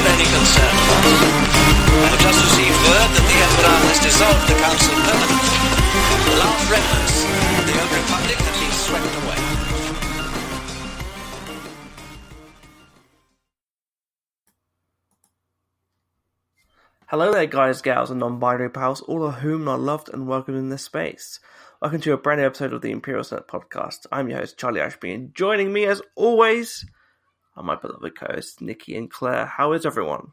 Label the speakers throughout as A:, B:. A: concerned about. I have just received word that the Emperor has dissolved the Council permanently. The last remnants of the old Republic have been swept away.
B: Hello there, guys, gals, and non binary pals, all of whom are loved and welcomed in this space. Welcome to a brand new episode of the Imperial Senate podcast. I'm your host, Charlie Ashby, and joining me, as always, are my beloved co hosts, Nikki and Claire. How is everyone?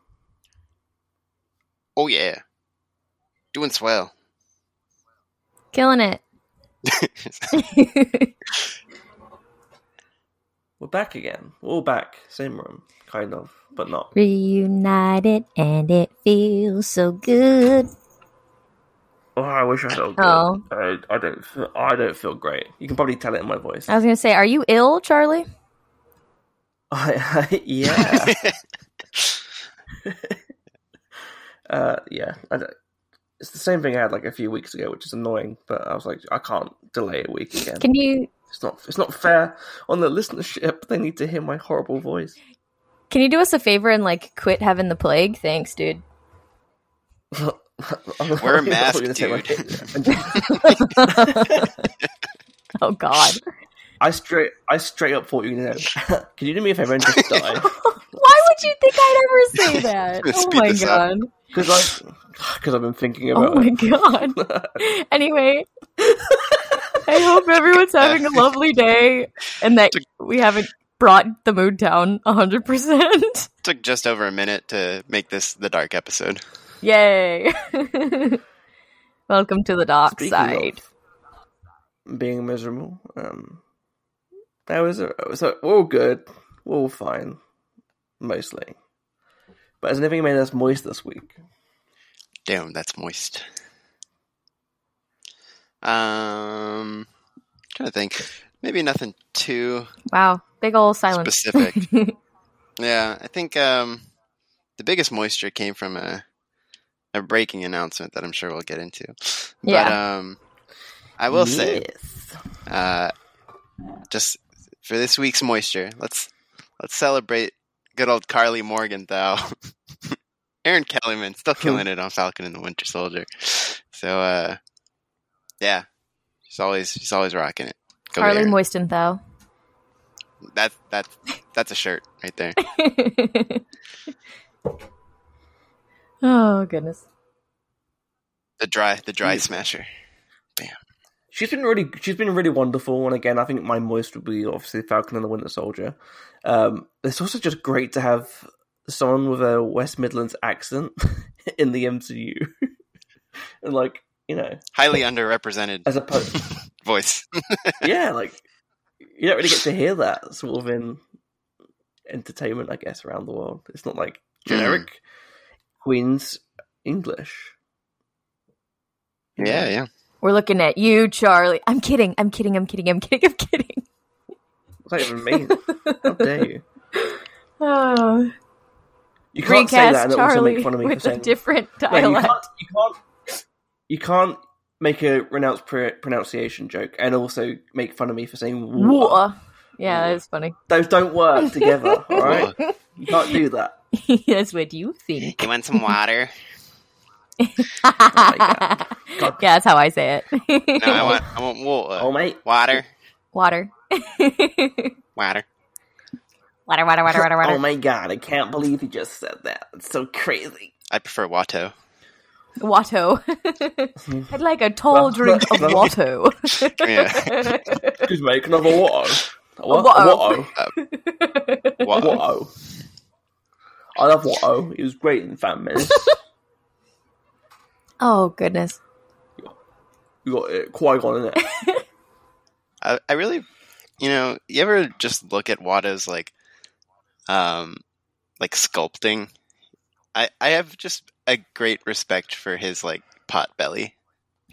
C: Oh yeah, doing swell.
D: Killing it.
B: We're back again. We're all back. Same room, kind of, but not.
D: Reunited and it feels so good.
B: Oh, I wish I felt good.
D: Oh.
B: I, I, don't, feel- I don't feel great. You can probably tell it in my voice.
D: I was gonna say, are you ill, Charlie?
B: yeah. Uh, yeah, I don't- it's the same thing I had like a few weeks ago, which is annoying. But I was like, I can't delay a week again.
D: Can you
B: It's not, it's not fair on the listenership. They need to hear my horrible voice.
D: can you do us a favor and like quit having the plague? Thanks, dude.
C: Wear a
B: That's what
C: mask,
B: you're gonna say,
C: dude.
B: like-
D: Oh God.
B: I straight, I straight up thought you were gonna. go, Can you do me a favor and just die?
D: Why would you think I'd ever say that?
C: Let's
D: oh
C: speed
D: my
C: this up.
D: god.
B: Because I, because I've been thinking
D: Oh
B: about.
D: my
B: it.
D: god. Anyway, I hope everyone's having a lovely day and that we haven't brought the mood down hundred percent.
C: Took just over a minute to make this the dark episode.
D: Yay! Welcome to the dark
B: Speaking
D: side.
B: of being miserable, um, that was a, so we're all good, we're all fine, mostly. But has anything made us moist this week?
C: Damn, that's moist. Um, trying to think. Maybe nothing too
D: Wow, big old silence.
C: specific. yeah, I think um, the biggest moisture came from a a breaking announcement that I'm sure we'll get into. But
D: Yeah.
C: um, I will say
B: Yes.
C: uh, just for this week's moisture, let's let's celebrate good old Carly Morgenthau. Aaron Kellyman still killing it on Falcon and the Winter Soldier. So uh, yeah, she's always she's always rocking it. Go
D: Carly
C: Aaron.
D: Moistenthau.
C: that that that's a shirt right there.
D: oh goodness.
C: The dry the dry
B: Beautiful.
C: smasher.
B: She's been really, she's been really wonderful. And again, I think my moist would be obviously Falcon and the Winter Soldier. Um, it's also just great to have someone with a West Midlands accent in the MCU, and like you know,
C: Highly underrepresented
B: as opposed,
C: voice.
B: yeah, like you don't really get to hear that sort of in entertainment, I guess, around the world. It's not like generic Queen's English. You know?
C: Yeah, yeah.
D: We're looking at you, Charlie. I'm kidding. I'm kidding. I'm kidding. I'm kidding. I'm kidding.
B: What does that even mean? How dare you?
D: Oh.
B: You can't say that
D: Recast
B: and also
D: Charlie
B: make fun of me for
D: with a
B: saying
D: different
B: No, you
D: dialect.
B: can't, you can't. You can't make a renounced pr- pronunciation joke and also make fun of me for saying "what."
D: Whoa. Yeah, that is funny.
B: Those don't work together. All right, you can't do that.
D: That's what you think.
C: You want some water?
B: God.
D: yeah, that's how I say it.
C: No, I want I want water.
B: Oh mate,
C: Water.
D: Water.
C: Water.
D: Water, water, water, water,
B: oh
D: water.
B: my god, I can't believe you just said that. It's so crazy.
C: I prefer Watto.
B: Hmm.
D: Watto. I'd like a tall drink of Watto.
C: Yeah.
B: Excuse me, can I have a water? A what?
D: water.
B: A
C: Watto.
B: water. I love Watto. He was great in Fan Minutes.
D: oh, goodness.
B: You got uh, Qui Gon in it.
C: I, I really, you know, you ever just look at Watto's like, um, like sculpting? I I have just a great respect for his like pot belly,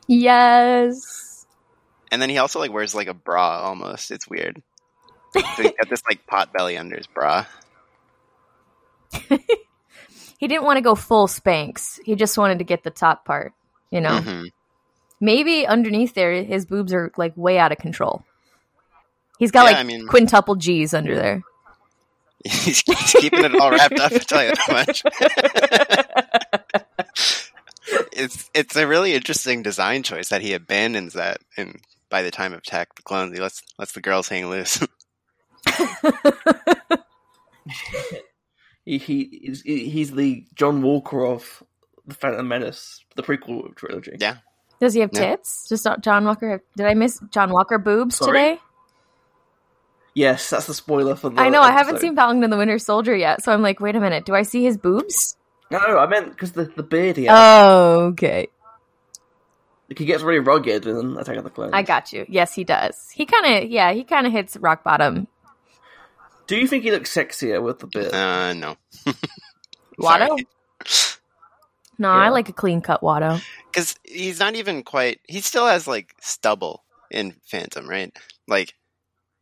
D: Yes.
C: and then he also like wears like a bra almost. It's weird. So he's got this like pot belly under his bra.
D: He didn't want to go full Spanx. He just wanted to get the top part, you know?
C: Mhm.
D: Maybe underneath there, his boobs are like way out of control. He's got
C: Yeah,
D: like
C: I mean-
D: quintuple G's under there.
C: he's, he's keeping it all wrapped up. I tell you that much. it's it's a really interesting design choice that he abandons that, and by the time of Attack the Clones, he lets lets the girls hang loose.
B: He, he he's- he's the John Walker of the Phantom Menace, the prequel trilogy.
C: Yeah.
D: Does he have
C: Yeah.
D: tits? Just not John Walker. Did I miss John Walker boobs
B: Sorry.
D: today?
B: Yes, that's the spoiler for the.
D: I know. I haven't
B: episode.
D: seen Falcon and the Winter Soldier yet, so I'm like, wait a minute. Do I see his boobs?
B: No, I meant because the the beard he has.
D: Oh, okay.
B: Like, he gets really rugged in Attack of the Clones.
D: I got you. Yes, he does. He kind of, yeah, he kind of hits rock bottom.
B: Do you think he looks sexier with the beard?
C: Uh, no.
D: Watto? No, I
B: Yeah.
D: like a clean cut Watto.
C: Because he's not even quite. He still has like stubble in Phantom, right? Like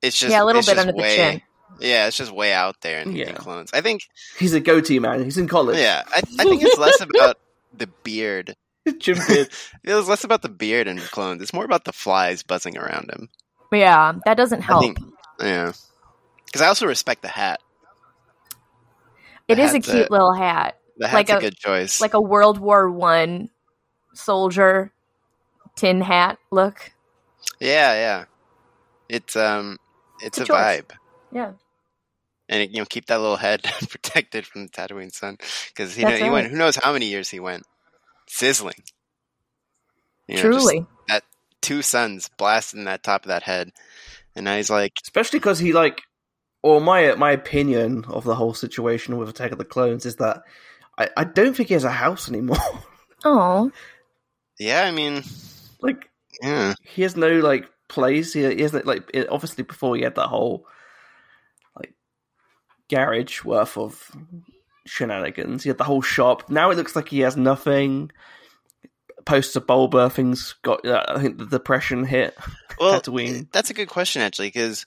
C: it's just
D: yeah, a little
C: it's
D: bit
C: just
D: under
C: way-
D: the chin.
C: Yeah, it's just way out there in, in
B: Yeah.
C: Clones. I think.
B: He's a goatee man. He's in college.
C: Yeah, I, I think it's less about the beard.
B: Jim Beard.
C: It was less about the beard in Clones. It's more about the flies buzzing around him.
D: Yeah, that doesn't help.
C: think Yeah. Because I also respect the hat.
D: it is a
C: that's
D: cute
C: it.
D: little hat,
C: The
D: Like
C: hat's a,
D: a-
C: good choice.
D: like a World War One soldier tin hat look.
C: yeah, yeah. It's um, it's,
D: a
C: a
D: choice.
C: vibe.
D: Yeah,
C: and you know keep that little head protected from the Tatooine sun because he,
D: That's
C: he went
D: right.
C: who knows how many years he went sizzling. You know, just
D: truly.
C: two suns blasting that top of that head, and now he's like,
B: Especially because he like, or my my opinion of the whole situation with Attack of the Clones is that I, I don't think he has a house anymore.
D: Oh,
C: yeah, I mean,
B: like
C: yeah,
B: he has no like place. He, he has no, like it, obviously before he had that whole like garage worth of shenanigans. He had the whole shop. Now it looks like he has nothing. Post of Bulba, things got. Uh, I think the depression hit.
C: well,
B: Tatooine.
C: that's a good question actually because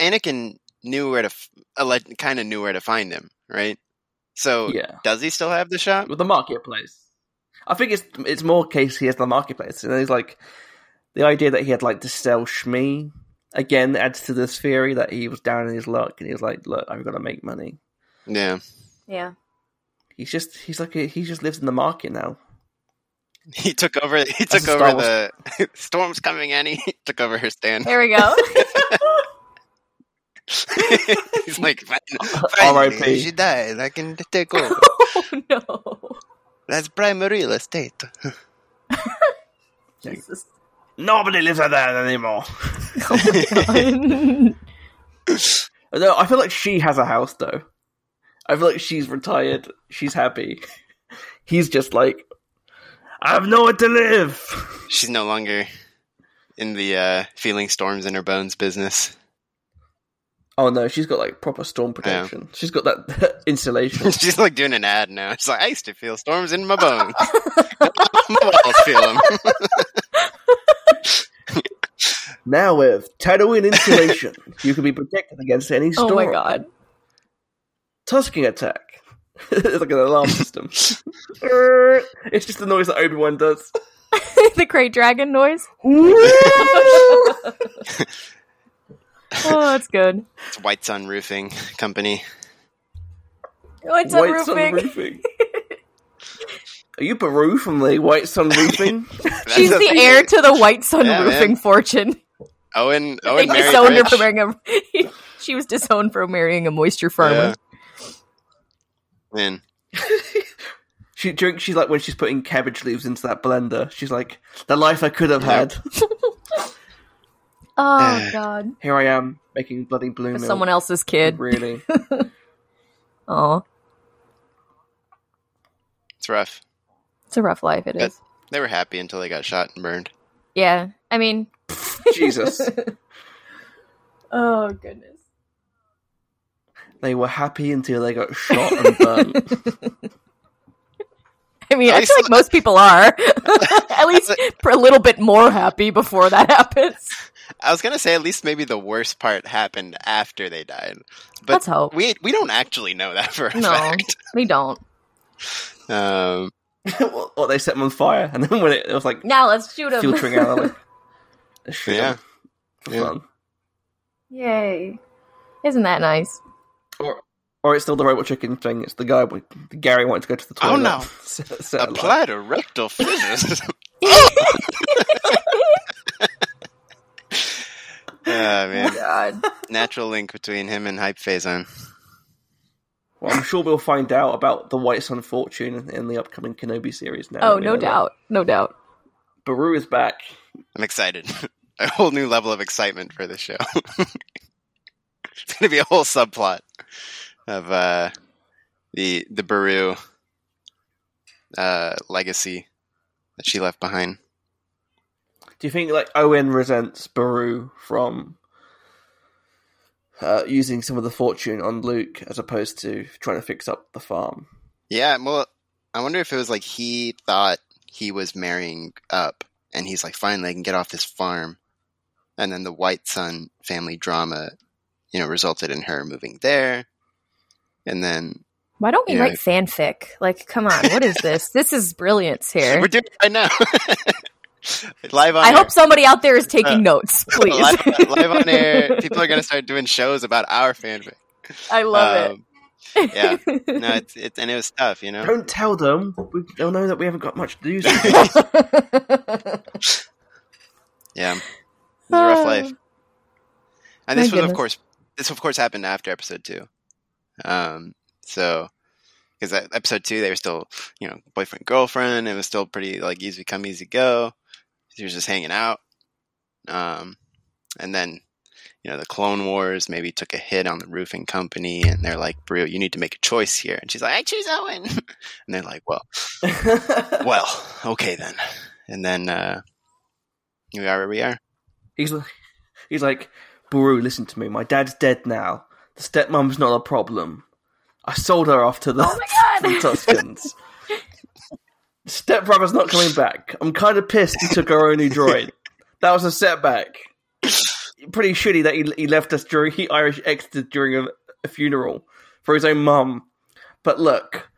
C: Anakin knew where to f- kind of knew where to find him, right? So
B: Yeah,
C: does he still have the shop?
B: with the marketplace. I think it's it's more case he has the marketplace, and there's like the idea that he had like to sell Shmi again adds to this theory that he was down in his luck, and he was like, "Look, I've got to make money."
C: Yeah,
D: yeah.
B: He's just he's like a, he just lives in the market now.
C: he took over. He
B: That's
C: took
B: a
C: over
B: Star Wars-
C: the storms coming. Annie he took over her stand.
D: There we go.
C: He's like,
B: R.I.P..
C: finally, she died. I can take over.
D: oh no.
C: That's primary real estate.
D: Jesus. Oh
B: Nobody lives like that anymore.
D: God.
B: No, I feel like she has a house though. I feel like she's retired. She's happy. He's just like, I have nowhere to live.
C: She's no longer in the uh, feeling storms in her bones business.
B: Oh no, she's got like proper storm protection. She's got that insulation.
C: She's like doing an ad now. She's like, I used to feel storms in my bones. my walls feel 'em.
B: now with Tatooine insulation, you can be protected against any storm.
D: oh my god.
B: Tusking attack. it's like an alarm system. Err. it's just the noise that Obi Wan does.
D: the great dragon noise. Oh, that's good.
C: It's White Sun Roofing Company.
D: What's up,
B: White Sun
D: roofing?
B: Roofing. Are you Baru from the White Sun Roofing?
C: That's
D: She's
C: a-
D: the heir to the White Sun
C: Yeah,
D: roofing
C: man.
D: fortune.
C: Owen.
D: They
C: Owen married
D: disowned her
C: rich.
D: for marrying a. she was disowned for marrying a moisture farmer.
C: Man,
B: she drinks. She's like when she's putting cabbage leaves into that blender. She's like, "The life I could have had.
D: Oh god.
B: Here I am making bloody blue milk."
D: Someone else's kid.
B: Really?
D: Oh,
C: it's rough.
D: it's a rough life. It
C: Yeah.
D: is.
C: They were happy until they got shot and burned.
D: Yeah. I mean.
B: Jesus.
D: Oh goodness.
B: They were happy until they got shot and burnt.
D: I mean,
C: At
D: I feel
C: least-
D: like most people are at least for a little bit more happy before that happens.
C: I was gonna say at least maybe the worst part happened after they died, but
D: Let's hope.
C: we we don't actually know that for a
D: No,
C: fact.
D: we don't.
C: Um,
B: or or they set them on fire, and then when it, it was like
D: Now let's shoot him.
B: filtering out, like, shoot
C: yeah,
B: 'em for
C: Yeah.
B: fun.
D: Yay! Isn't that nice?
C: Or
B: Or it's still the robot chicken thing. It's the guy with Gary wanting to go to the
C: Oh,
B: toilet.
C: no.
B: Set- set alight.
C: apply to rectal physics. Ah,
B: Oh
C: man.
D: God.
C: Natural link between him and Hype Phazon.
B: Well, I'm sure we'll find out about the White Sun fortune in, in the upcoming Kenobi series now.
D: Oh,
B: We
D: no
B: know that.
D: doubt. No doubt.
B: Baru is back.
C: I'm excited. a whole new level of excitement for this show. it's going to be a whole subplot of uh, the the Baru uh, legacy that she left behind.
B: Do you think like Owen resents Baru from uh, using some of the fortune on Luke as opposed to trying to fix up the farm?
C: Yeah, well, I wonder if it was like he thought he was marrying up, and he's like, finally, I can get off this farm. And then the White Sun family drama, you know, resulted in her moving there. And then
D: Why don't we
C: Yeah.
D: write fanfic? Like, come on, what is this? this is brilliance here.
C: we're doing it right now. live on
D: I
C: air.
D: hope somebody out there is taking
C: Uh,
D: notes, please.
C: live, live on air. People are going to start doing shows about our fanfic.
D: I love it.
C: Um, yeah. No, it's, it's, and it was tough, you know?
B: Don't tell them. We, they'll know that we haven't got much news.
C: Yeah, it was a rough
D: Uh,
C: life. And
D: my
C: this was, of
D: goodness.
C: course, this of course happened after episode two. Um, so because episode two, they were still, you know, boyfriend girlfriend. It was still pretty like easy come, easy go. She was just hanging out. Um, and then, you know, the Clone Wars maybe took a hit on the roofing company, and they're like, "Bru, you need to make a choice here." And she's like, "I choose Owen." and they're like, "Well, well, okay then." And then uh, we are where we are.
B: he's like, he's like, Baru, listen to me. My dad's dead now. The stepmom's not a problem. I sold her off to the,
D: Oh my God.
B: the Tuscans. Stepbrother's not coming back. I'm kind of pissed he took our only droid. That was a setback. Pretty shitty that he, he left us during he Irish exited during a, a funeral for his own mum. But look,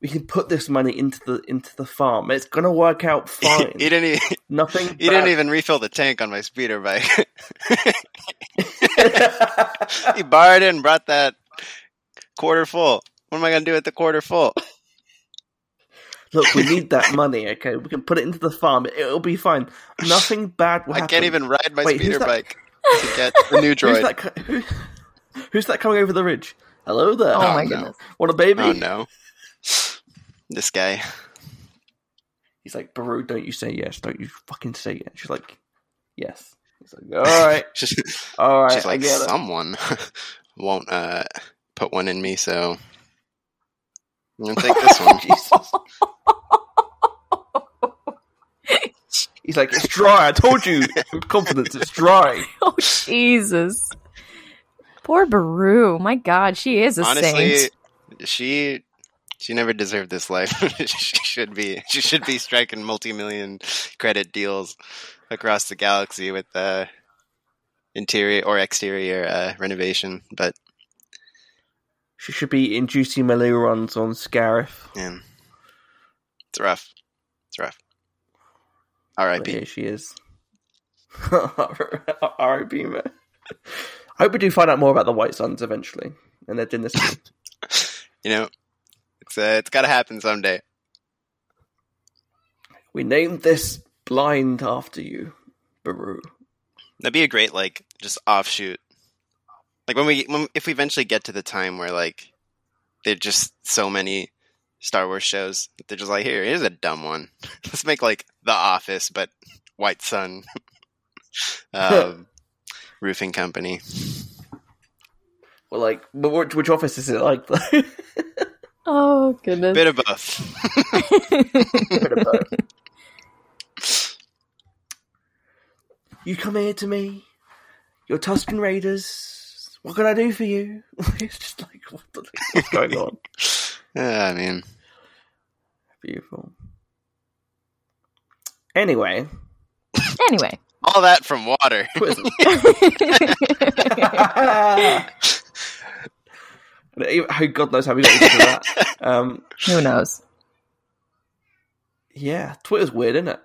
B: we can put this money into the into the farm. It's gonna work out fine.
C: he didn't even,
B: Nothing.
C: he didn't
B: bad-
C: even refill the tank on my speeder bike. he borrowed it and brought that quarter full. What am I gonna do with the quarter full?
B: Look, we need that money, okay? We can put it into the farm. It'll be fine. Nothing bad will
C: I
B: happen.
C: can't even ride my
B: Wait, who's
C: speeder
B: that-
C: bike to get the new
B: Who's
C: droid.
B: that, co- who, who's that coming over the ridge? Hello there.
D: oh my
C: no.
D: goodness.
B: Want a baby?
C: Oh no. This guy.
B: He's like, Baru, don't you say yes. Don't you fucking say yes. She's like, yes. He's like, all right.
C: She's,
B: All right.
C: she's
B: I
C: like
B: get it.
C: someone won't uh, put one in me, so I'm gonna take this one.
B: Jesus. He's like, it's dry. I told you. With confidence, it's dry.
D: Oh Jesus. Poor Baru. My God, she is a
C: honestly,
D: saint.
C: she she never deserved this life. she should be she should be striking multi-million credit deals across the galaxy with uh, interior or exterior uh, renovation. But
B: She should be inducing Malou runs on Scarif.
C: man, it's rough. It's rough.
B: But
C: R.I.P.
B: here she is. R.I.P. man. I hope we do find out more about the White Suns eventually and their dynasty.
C: You know, it's uh, it's got to happen someday.
B: we named this blind after you, Baru.
C: That'd be a great like just offshoot. Like when we when, if we eventually get to the time where like there's just so many Star Wars shows, they're just like, here, here's a dumb one. Let's make like The Office, but White Sun, um, roofing company.
B: Well, like, but which, which office is it like though?
D: Oh goodness.
C: Bit of both.
B: you come here to me. You're Tuscan Raiders. What can I do for you? it's just like what the what's going on?
C: yeah, I mean,
B: Beautiful. Anyway,
D: anyway.
C: all that from water.
B: quiz. And it- oh, God knows how we got into that. Um,
D: Who knows?
B: yeah, Twitter's weird, isn't it?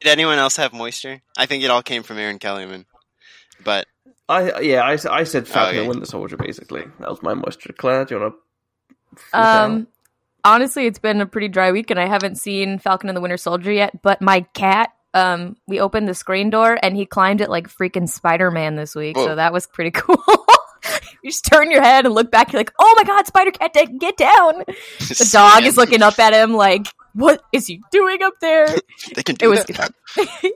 C: Did anyone else have moisture? I think it all came from Aaron Kellyman, but
B: I yeah, I, s- I said Falcon
C: Okay.
B: and Winter Soldier basically. That was my moisture. Claire, do you want to?
D: Um, honestly, it's been a pretty dry week, and I haven't seen Falcon and the Winter Soldier yet. But my cat, um, we opened the screen door, and he climbed it like freaking Spider Man this week.
C: Whoa.
D: So that was pretty cool. you just turn your head and look back. You're like, oh my god, Spider Cat, da- get down! The dog is looking up at him like, what is he doing up there?
C: They can do
D: It was
C: that.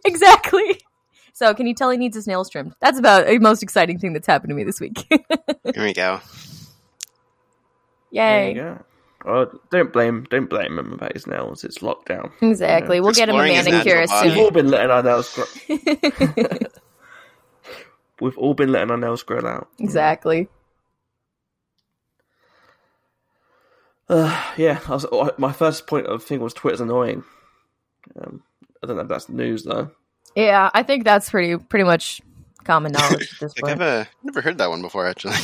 D: exactly. So can you tell he needs his nails trimmed? That's about the most exciting thing that's happened to me this week.
C: Here we go.
D: Yay!
B: Yeah. Well, Oh, don't blame don't blame him about his nails. It's lockdown.
D: Exactly. We'll get him a
C: Exploring his
D: manicure
C: natural
B: We've
C: body.
D: soon.
B: all been letting our nails grow. We've all been letting our nails grow out.
D: exactly.
B: Uh, yeah, I was, oh, my first point of thing was Twitter's annoying. Um, I don't know if that's news though.
D: Yeah, I think that's pretty pretty much common knowledge at this
C: Like I've
D: point.
C: uh, never heard that one before, actually.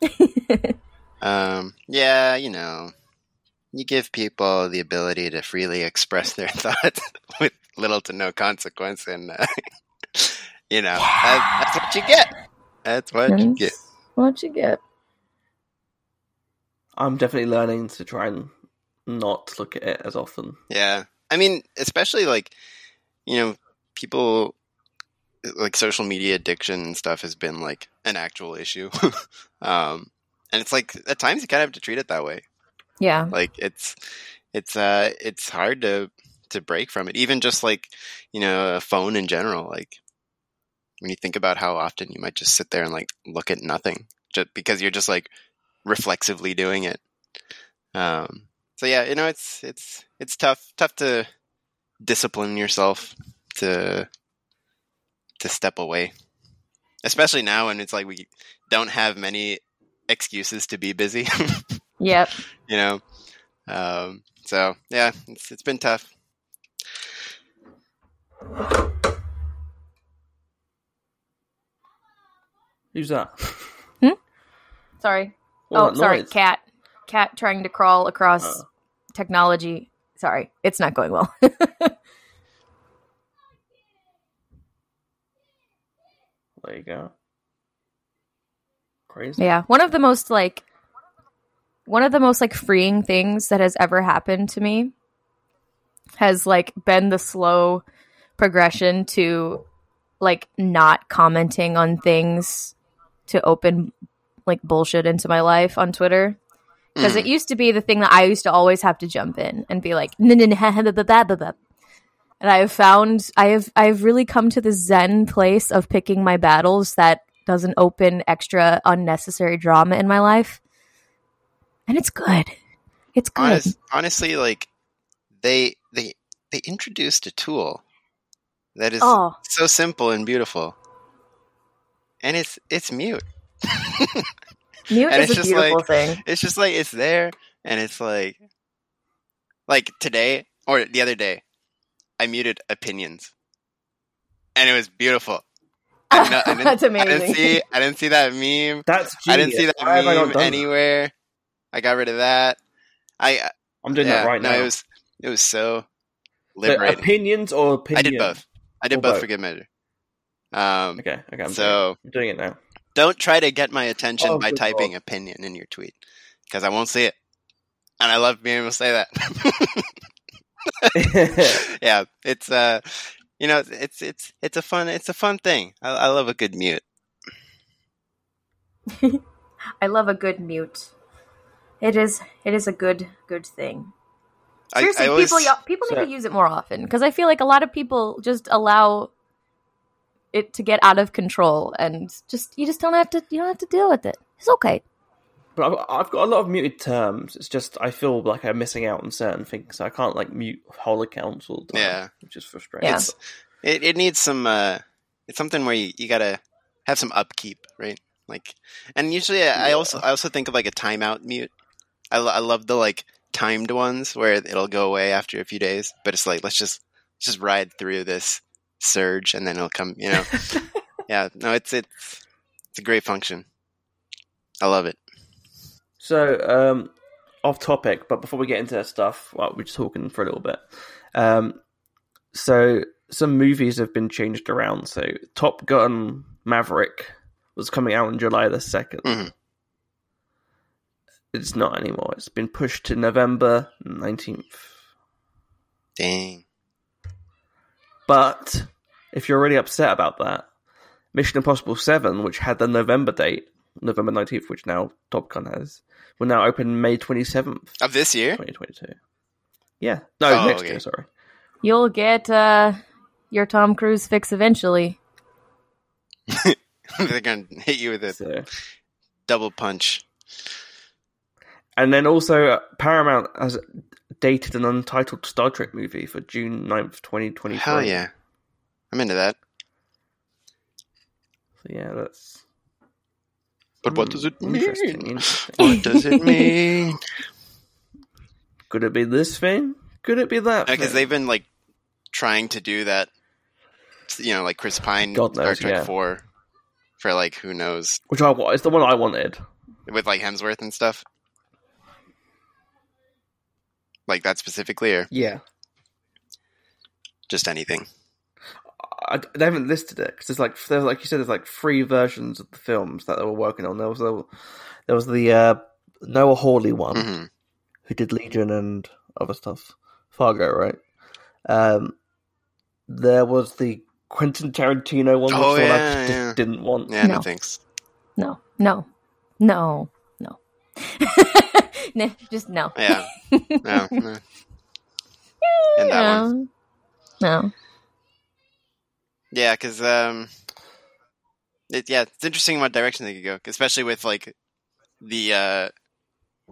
C: um, yeah, you know, you give people the ability to freely express their thoughts with little to no consequence, and uh, you know, that, that's what you get. That's what you get.
D: That's What you get?
B: I'm definitely learning to try and not look at it as often.
C: Yeah, I mean, especially like you know, people like social media addiction and stuff has been like an actual issue. um, and it's like at times you kind of have to treat it that way.
D: Yeah,
C: like it's it's uh it's hard to to break from it even just like you know a phone in general like when you think about how often you might just sit there and like look at nothing just because you're just like reflexively doing it um so yeah you know it's it's it's tough tough to discipline yourself to to step away especially now when it's like we don't have many excuses to be busy
D: yep.
C: you know. Um, so yeah, it's, it's been tough.
B: Who's that?
D: Sorry.
B: All
D: oh,
B: that
D: sorry,
B: noise.
D: cat. Cat trying to crawl across
C: Uh.
B: Oh.
D: technology. Sorry, it's not going well.
B: There you go. Crazy.
D: yeah, one of the most like one of the most like freeing things that has ever happened to me has like been the slow progression to like not commenting on things to open like bullshit into my life on Twitter. Because
C: Hmm. Mm.
D: it used to be the thing that I used to always have to jump in and be like, "No, no, no, ha, ha, ba, ba, ba, ba, ba." and I have found I have I've really come to the zen place of picking my battles that doesn't open extra unnecessary drama in my life, and it's good. It's good.
C: Honest, honestly, like they they they introduced a tool that is
D: Oh.
C: so simple and beautiful, and it's it's mute.
D: Mute
C: and
D: is
C: it's
D: a
C: just
D: beautiful
C: like-
D: thing.
C: It's just like it's there, and it's like like today or the other day, I muted opinions, and it was beautiful. I didn't- I didn't-
D: That's
C: I didn't
D: amazing.
C: see I didn't see that meme.
B: That's genius.
C: I didn't see that
B: Why have I not
C: meme
B: done that?
C: anywhere. I got rid of that. I uh,
B: I'm doing
C: yeah,
B: that right
C: no,
B: now.
C: It was it was so
B: But
C: liberating.
B: opinions or
C: I
B: opinion?
C: did both. I did
B: Or
C: both
B: both.
C: for good measure. Um,
B: Okay, okay. I'm, doing,
C: so
B: it. I'm doing it now.
C: don't try to get my attention
B: Oh,
C: by
B: good
C: typing opinion in your tweet because I won't see it. And I love being able to say that. yeah, it's uh, you know, it's it's it's a fun it's a fun thing. I, I love a good mute.
D: I love a good mute. It is it is a good good thing.
C: I-
D: Seriously,
C: I always-
D: people y'all- people need
B: Sorry.
D: to use it more often because I feel like a lot of people just allow it to get out of control and just you just don't have to you don't have to deal with it. It's okay.
B: but I've, I've got a lot of muted terms. It's just I feel like I'm missing out on certain things. So I can't like mute whole accounts all the time,
C: Yeah.
B: which is frustrating.
D: Yeah.
B: But
C: It it needs some uh it's something where you, you gotta have some upkeep, right? Like and usually I, I also I also think of like a timeout mute. I, lo- I love the like timed ones where it'll go away after a few days, but it's like let's just let's just ride through this surge and then it'll come, you know. yeah, no, it's it's it's a great function. I love it.
B: So, um, off topic, but before we get into that stuff, well, we're just talking for a little bit. Um, so, some movies have been changed around. So, Top Gun Maverick was coming out on July the 2nd.
C: Mhm.
B: It's not anymore. It's been pushed to November 19th.
C: Dang.
B: But if you're really upset about that, Mission Impossible 7, which had the November date, November 19th, which now Top Gun has, will now open May 27th,
C: Of this year?
B: 2022. Yeah. No,
C: Oh,
B: next
C: okay.
B: year, sorry.
D: You'll get uh, your Tom Cruise fix eventually.
C: They're going to hit you with a
B: So-
C: double punch.
B: And then also, uh, Paramount has dated an untitled Star Trek movie for June 9th, 2023.
C: Hell yeah. I'm into that.
B: So yeah, that's.
C: But what does it
B: Hmm, interesting,
C: mean?
B: Interesting.
C: What does it mean?
B: Could it be this thing? Could it be that?
C: Because
B: thing?
C: they've been like trying to do that, you know, like Chris Pine
B: God
C: Star
B: knows,
C: Trek
B: yeah.
C: Four for like who knows
B: Which I wa- It's the one I wanted.
C: with like Hemsworth and stuff. Like that specifically, or
B: Yeah.
C: just anything.
B: I, they haven't listed it because there's like there's like you said there's like three versions of the films that they were working on. There was the there was the uh, Noah Hawley one
C: hmm
B: who did Legion and other stuff, Fargo, right? Um, there was the Quentin Tarantino one, which
C: Oh,
B: the one
C: yeah,
B: I just
C: yeah.
B: didn't want.
C: Yeah, no.
D: No.
C: thanks.
D: No, no, no, no. no just no.
C: Yeah, no, no. And that one,
D: no. No.
C: yeah, because um, it, yeah, it's interesting what direction they could go, especially with like the uh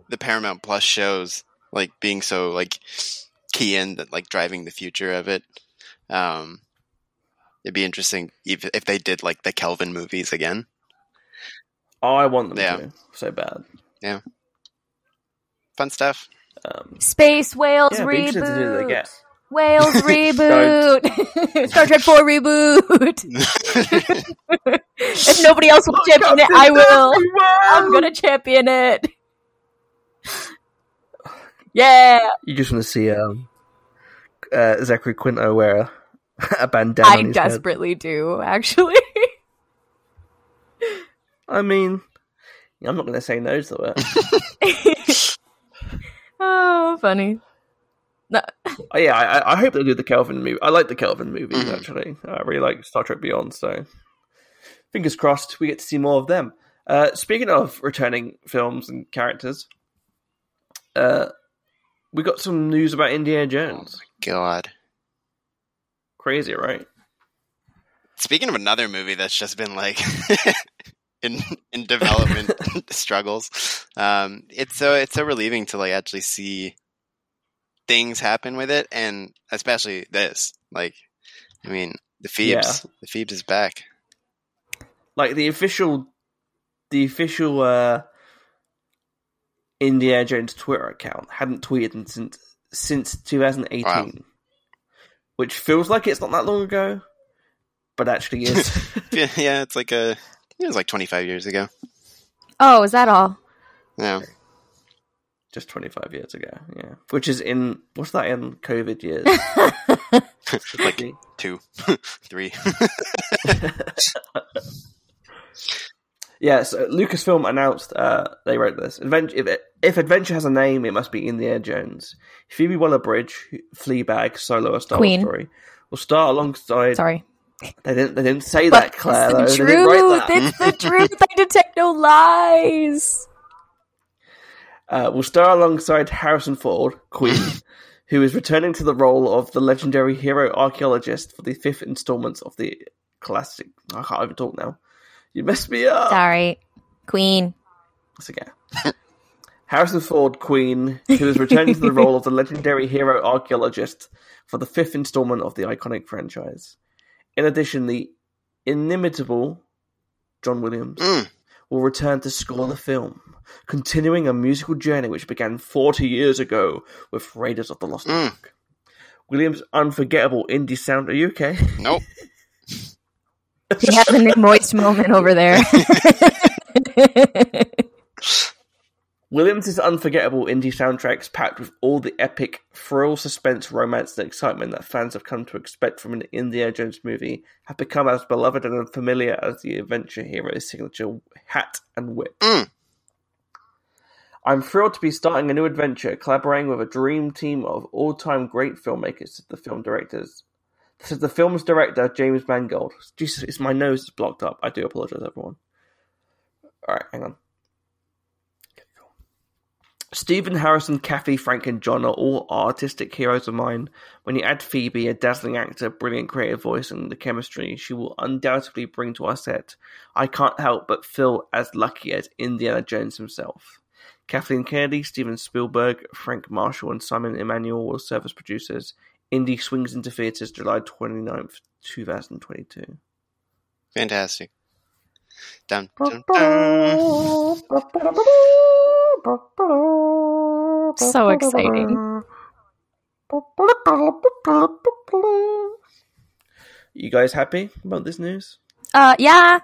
C: the Paramount Plus shows like being so like key in that like driving the future of it. Um, it'd be interesting if if they did like the Kelvin movies again.
B: I want them
C: Yeah.
B: to so bad.
C: Fun stuff.
B: Um,
D: Space Whales
B: yeah, it'd be interesting to see what
D: reboot.
B: they get.
D: Whales reboot. Star Trek 4 reboot. if nobody else
B: Oh,
D: will champion it, I will. I'm
B: Um,
D: gonna champion it. Yeah,
B: You just want to see um, uh, Zachary Quinto wear a, a bandana.
D: I
B: on his head.
D: desperately do. Actually,
B: I mean, I'm not going to say no to it.
D: oh, funny. No,
B: Oh, yeah, I, I- I hope they do the Kelvin movie. I like the Kelvin movies
C: Mhm.
B: actually. I really like Star Trek Beyond, so fingers crossed we get to see more of them. Uh, speaking of returning films and characters, uh, we got some news about Indiana Jones.
C: God.
B: Crazy, right?
C: Speaking of another movie that's just been like in in development struggles, um, it's so it's so relieving to like actually see things happen with it, and especially this. Like, I mean, the Phoebes, the Phoebes is back.
B: Like the official, the official uh, Indiana Jones Twitter account hadn't tweeted since since 2018,
C: Wow.
B: which feels like it's not that long ago, but actually is.
C: Yeah, yeah, it's like a it was like 25 years ago.
D: oh, is that all?
C: Yeah,
B: just 25 years ago yeah which is in what's that in covid years
C: like two, three.
B: yeah so uh, lucasfilm announced uh they wrote this adventure if, if adventure has a name it must be indiana jones phoebe waller-bridge fleabag solo a star Wars
D: Queen.
B: story will start alongside
D: Sorry,
B: they didn't they didn't say
D: but
B: that claire though.
D: it's the
B: they didn't write
D: truth.
B: that
D: It's the truth. I detect no lies.
B: uh, will star alongside harrison ford queen who is returning to the role of the legendary hero archaeologist for the fifth installment of the classic i can't even talk now you messed me up
D: Sorry, Queen.
B: Once again. Harrison Ford Queen, who is returning to the role of the legendary hero archaeologist for the fifth installment of the iconic franchise. In addition, the inimitable John Williams
C: Mm.
B: will return to score the film, continuing a musical journey which began 40 years ago with Raiders of the Lost
C: Mm.
B: Ark. Williams' unforgettable indie sound. Are you okay?
C: Nope.
D: He had a moist moment over there.
B: Williams' is unforgettable indie soundtracks packed with all the epic thrill, suspense, romance, and excitement that fans have come to expect from an Indiana Jones movie have become as beloved and familiar as the adventure hero's signature hat and whip.
C: Mm.
B: I'm thrilled to be starting a new adventure, collaborating with a dream team of all-time great filmmakers. said The film directors, this is the film's director, James Mangold. Jesus, it's my nose is blocked up. I do apologize, everyone. All right, hang on. Stephen Harrison, Kathy, Frank, and John are all artistic heroes of mine. When you add Phoebe, a dazzling actor, brilliant creative voice, and the chemistry she will undoubtedly bring to our set, I can't help but feel as lucky as Indiana Jones himself. Kathleen Kennedy, Steven Spielberg, Frank Marshall, and Simon Emanuel will serve as producers. Indie swings into theaters July 29th, 2022.
C: Fantastic. Dun, dun, dun.
D: So exciting.
B: You guys happy about this news?
D: Uh, yeah.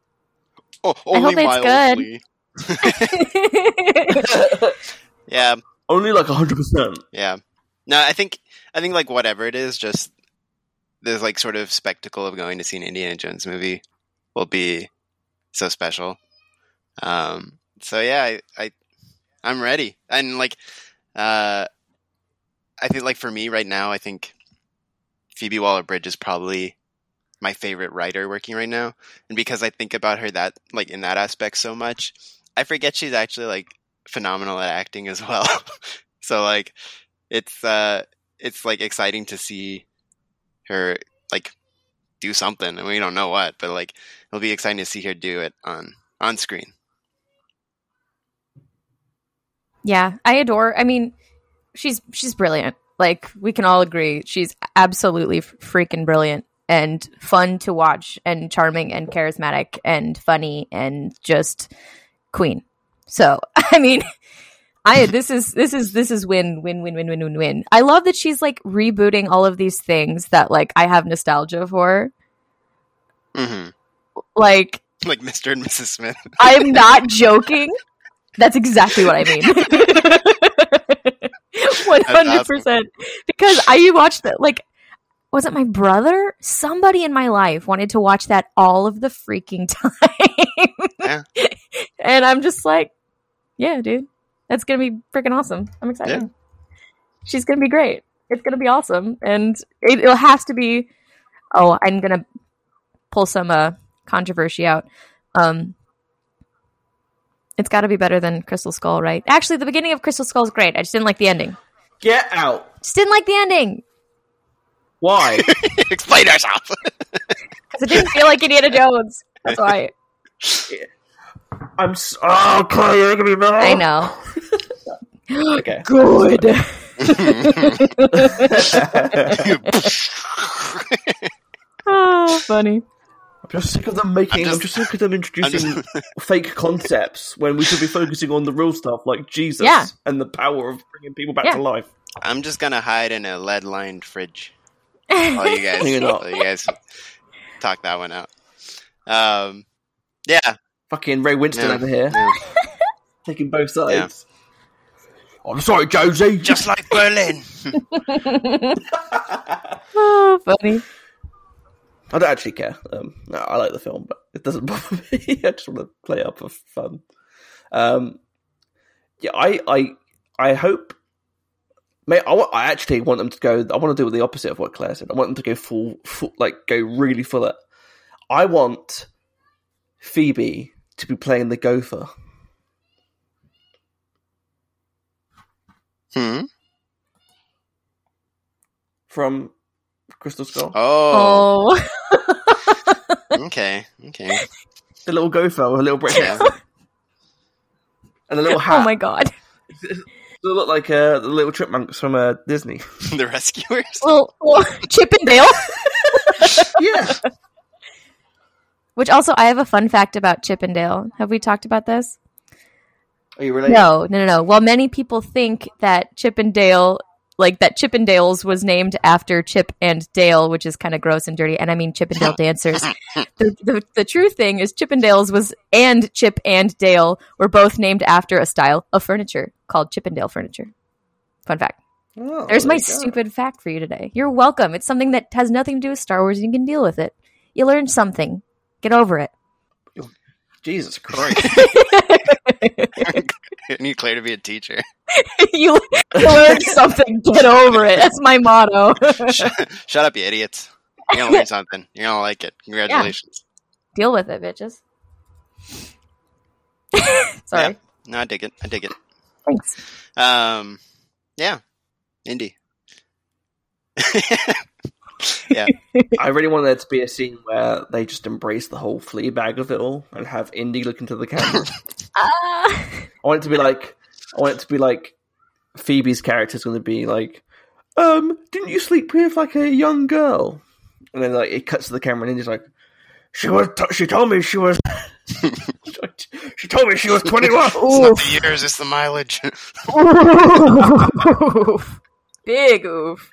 C: Oh,
D: I hope
C: only
D: it's good.
C: mildly. Yeah,
B: Only like 100%.
C: yeah. No, I think I think like whatever it is, just the like sort of spectacle of going to see an Indiana Jones movie will be so special. Um, so yeah, I, I I'm ready, and like uh, I think like for me right now, I think Phoebe Waller Bridge is probably my favorite writer working right now, and because I think about her that like in that aspect so much, I forget she's actually like phenomenal at acting as well. so like it's uh it's like exciting to see her like do something and we don't know what but like it'll be exciting to see her do it on on screen
D: Yeah, I adore. I mean, she's she's brilliant. Like we can all agree, she's absolutely f- freaking brilliant and fun to watch and charming and charismatic and funny and just queen. So, I mean, I this is this is this is win win win win win win win. I love that she's like rebooting all of these things that like I have nostalgia for.
C: hmm
D: Like
C: like mr and mrs smith
D: I'm not joking. That's exactly what I mean. One hundred percent. Because I watched that. Like, was it my brother? Somebody in my life wanted to watch that all of the freaking time.
C: Yeah.
D: and I'm just like, yeah, dude, that's gonna be freaking awesome. I'm excited. She's gonna be great. It's gonna be awesome, and it, it'll have to be. Oh, I'm gonna pull some uh controversy out. Um, it's got to be better than Crystal Skull, right? Actually, the beginning of Crystal Skull is great. I just didn't like the ending.
B: Get out!
D: Just didn't like the ending
B: Why?
C: explain yourself
D: because it didn't feel like Indiana Jones. That's why
B: I'm s Oh, Chloe, you're gonna be mad.
D: I know.
B: Okay.
D: Oh, Good. oh, funny.
B: I'm just sick of them making. I'm
C: I'm
B: just,
C: just-
B: sick of them introducing
C: just-
B: fake concepts when we should be focusing on the real stuff, like Jesus
D: Yeah.
B: and the power of bringing people back
D: Yeah.
B: to life.
C: i'm just gonna hide in a lead lined fridge while you guys
B: No, you're not.
C: while you guys talk that one out um yeah
B: Fucking Ray Winston
C: Yeah.
B: over here,
C: yeah.
B: taking both sides. I'm sorry, Josie.
C: just like berlin
D: oh, funny.
B: I don't actually care. Um, no, I like the film, but it doesn't bother me. I just want to play it up for fun. Um, yeah, I, I, I hope. Mate, I, wa- I actually want them to go. I want to do the opposite of what Claire said. I want them to go full, full like go really full. It. I want Phoebe to be playing the gopher.
C: hmm?
B: from Crystal Skull.
C: oh
D: Oh,
C: okay okay
B: The little gopher with a little brick
C: yeah.
B: and a little hat.
D: oh my god.
B: They look like uh, the little chipmunks from uh, Disney.
C: the rescuers
D: Well, well, Chippendale.
B: yeah.
D: Which also, I have a fun fact about Chippendale. Have we talked about this?
B: Are you related?
D: No, no, no, no. Well, many people think that Chip and Dale like that Chippendales was named after Chip and Dale, which is kind of gross and dirty. And I mean Chippendale dancers. The, the, the true thing is Chippendales was and Chip and Dale were both named after a style of furniture called Chippendale furniture. Fun fact.
B: Oh,
D: There's
B: there
D: my
B: you go.
D: stupid fact for you today. You're welcome. It's something that has nothing to do with Star Wars. and You can deal with it. You learned something. Get over it.
B: Jesus Christ.
C: Christ. and you claim to be a teacher.
D: you, you learned something. Get over it. That's my motto.
C: Shut, shut up, you idiots. You're gonna learn something. You're gonna like it. Congratulations.
D: deal with it, bitches. Sorry.
C: Yeah. No, I dig it. I dig it.
D: Thanks.
C: Um, yeah, indie.
B: I really want there to be a scene where they just embrace the whole flea bag of it all and have Indy look into the camera.
D: Ah.
B: I want it to be like I want it to be like Phoebe's character's going to be like, um, didn't you sleep with like a young girl? And then like it cuts to the camera and Indy's like, she was t- she told me she was she told me she was twenty one.
C: It's not the years, it's the mileage.
D: oof. Big oof.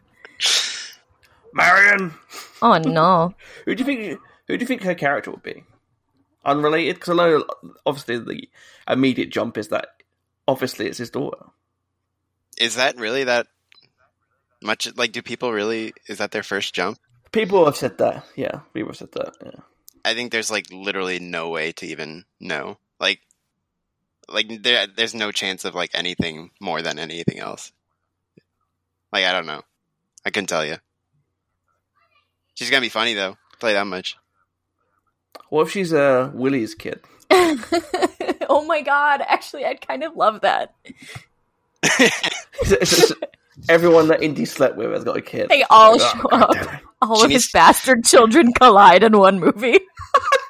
B: Marion,
D: Oh no.
B: who do you think who do you think her character would be? Unrelated, because I know obviously the immediate jump is that obviously it's his daughter.
C: Is that really that much? Like, do people really? Is that their first jump?
B: People have said that. Yeah, people have said that. Yeah.
C: I think there's like literally no way to even know. Like, like there, there's no chance of like anything more than anything else. Like, I don't know. I couldn't tell you. She's gonna be funny though. Play that much.
B: What if she's a uh, Willie's kid?
D: oh my god. Actually, I'd kind of love that.
B: Everyone that Indy slept with has got a kid.
D: They all
B: Oh,
D: show up.
B: damn it.
D: All
C: She
D: of his
C: needs-
D: bastard children collide in one movie.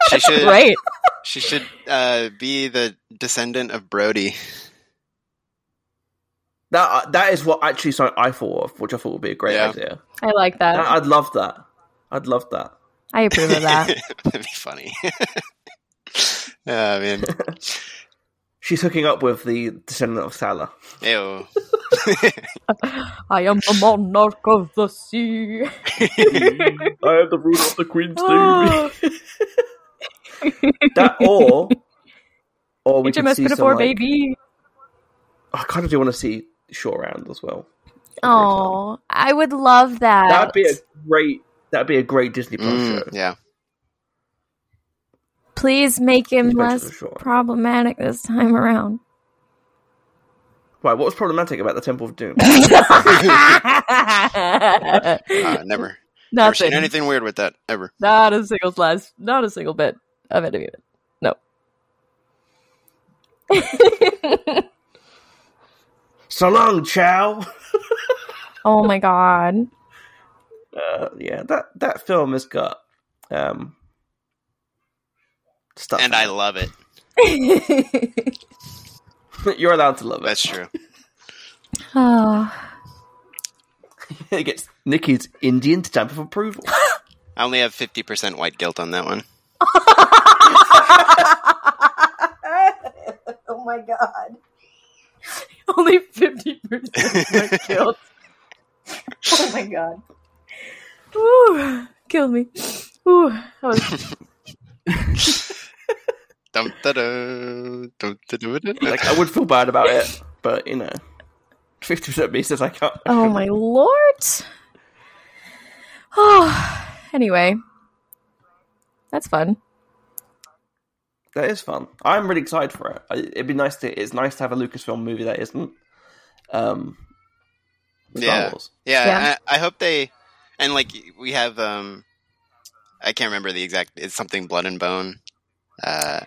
C: She should.
D: Great.
C: She should uh, be the descendant of Brody.
B: That uh, that is what actually something I thought of, which I thought would be a great
C: Yeah.
B: idea.
D: I like
B: That-
D: that.
B: I'd love that. I'd love that.
D: I approve of that.
C: That'd be funny. Oh, I mean,
B: She's hooking up with the descendant of Salah.
C: ew.
D: I am the monarch of the sea.
B: I am the ruler of the Queen's
D: Ah.
B: that or or we could
D: HMS
B: see some
D: Pinafore,
B: like,
D: baby.
B: I kind of do want to see Shore Round as well.
D: Oh, I would love that.
B: That'd be a great. That'd be a great Disney Plus show.
C: Mm, yeah.
D: Please make him
B: He's better
D: less
B: than Sean.
D: problematic this time around.
B: Right, what was problematic about the Temple of Doom?
C: Uh, never. Never seen
D: Nothing.
C: anything weird with that ever.
D: Not a single slash. Not a single bit of any of it. No.
B: so long, Chow.
D: Oh my god.
B: uh, yeah, that that film has got um stuff.
C: And I love it.
B: you're allowed to love it.
C: That's true.
D: oh.
B: it gets Nikki's Indian stamp of approval.
C: I only have 50% white guilt on that one.
D: oh my god. Only 50% were killed. oh my god. Ooh, killed me. Ooh, that was
C: Dum da da. Dum da da da da.
B: like I would feel bad about it, but you know, fifty percent me says I can't.
D: Oh my lord. Oh, anyway. That's fun.
B: That is fun. I'm really excited for it. I, it'd be nice to. It's nice to have a Lucasfilm movie that isn't. Um. Star
C: Yeah.
B: Wars.
C: Yeah,
D: Yeah.
C: I, I hope they. And like, we have. um I can't remember the exact. It's something blood and bone. Uh,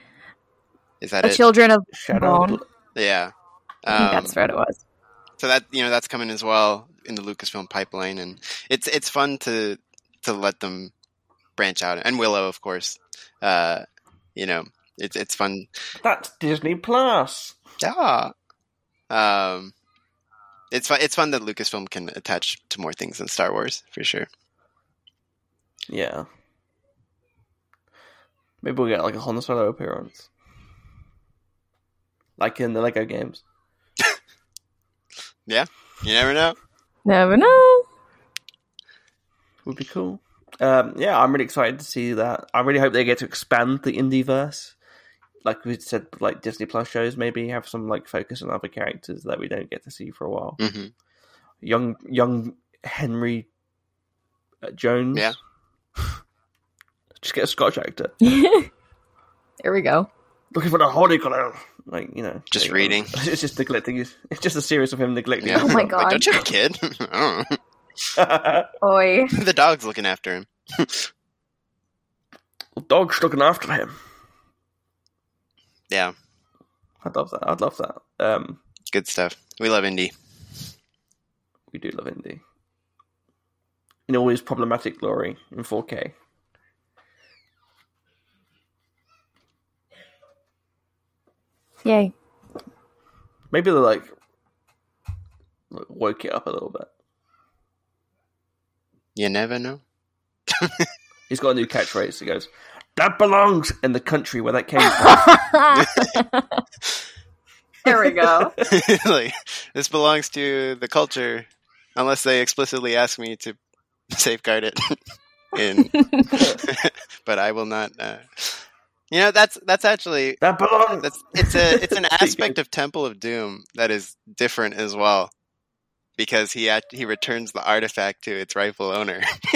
C: is that
D: The
C: it?
D: children of
B: Shadow. of
D: Bone.
B: Bl-
C: yeah.
D: I think
C: Um,
D: that's what it was.
C: so that you know that's coming as well in the Lucasfilm pipeline, and it's it's fun to to let them branch out, and Willow, of course. Uh, you know, it's it's fun.
B: That's Disney Plus.
C: Yeah. Um, it's fun. It's fun that Lucasfilm can attach to more things than Star Wars for sure.
B: Yeah. Maybe we'll get like a Han Solo appearance. Like in the Lego games.
C: You never know.
D: Never know.
B: would be cool. Um, yeah, I'm really excited to see that. I really hope they get to expand the Indieverse. Like we said, like Disney Plus shows, maybe have some like focus on other characters that we don't get to see for a while.
C: hmm
D: Mm-hmm.
B: Young, young Henry uh, Jones.
C: Yeah.
B: Just get a Scotch actor.
D: there we go.
B: Looking for the Holy Grail. Like you know,
C: Just
B: like,
C: reading.
B: It's just neglecting. his- It's just a series of him neglecting.
C: Yeah.
D: Oh my
C: Like,
D: god.
C: don't you have a kid? I don't
D: Oi.
C: know. the dog's looking after him.
B: Dog's looking after him.
C: Yeah,
B: I'd love that. I'd love that. Um,
C: good stuff. We love indie.
B: we do love indie. In all his problematic glory in 4K.
D: Yay.
B: Maybe they like like, woke it up a little bit.
C: You never know.
B: He's got a new catchphrase. He goes, "That belongs in the country where that came from."
D: there we go.
C: like this belongs to the culture, unless they explicitly ask me to safeguard it. in, but I will not. Uh, you know, that's that's actually
B: that belongs.
C: That's it's a it's an aspect of Temple of Doom that is different as well, because he act, he returns the artifact to its rightful owner.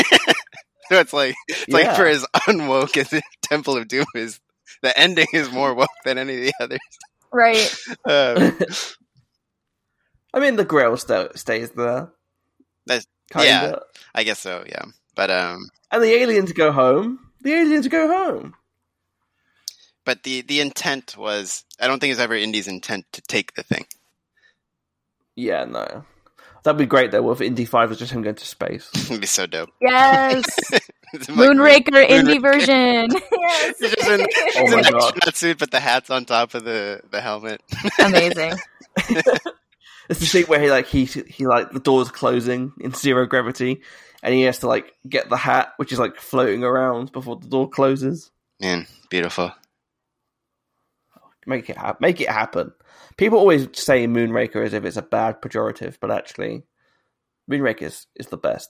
C: so it's like it's like
B: Yeah.
C: for as unwoke as the Temple of Doom is, the ending is more woke than any of the others.
D: right.
B: Uh.
C: Um,
B: I mean, the grail st- stays there.
C: That's-
B: Kinda.
C: yeah. I guess so, yeah. But um,
B: And the aliens go home. The aliens go home.
C: but the the intent was I don't think it's ever Indy's intent to take the thing.
B: Yeah, no. That'd be great though. What if Indy Five was just him going to space?
C: It'd be so dope.
D: Yes.
C: It's like-
D: Moonraker indie
C: Moonraker.
D: version. yes.
C: It's just an,
B: Oh
C: it's an
B: my God.
C: astronaut suit, but the hat's on top of the, the helmet.
D: Amazing.
B: It's the scene where he like he he like the door's closing in zero gravity, and he has to like get the hat, which is like floating around before the door closes.
C: Man, beautiful.
B: Make it happen. Make it happen. People always say Moonraker as if it's a bad pejorative, but actually, Moonraker is, is the best.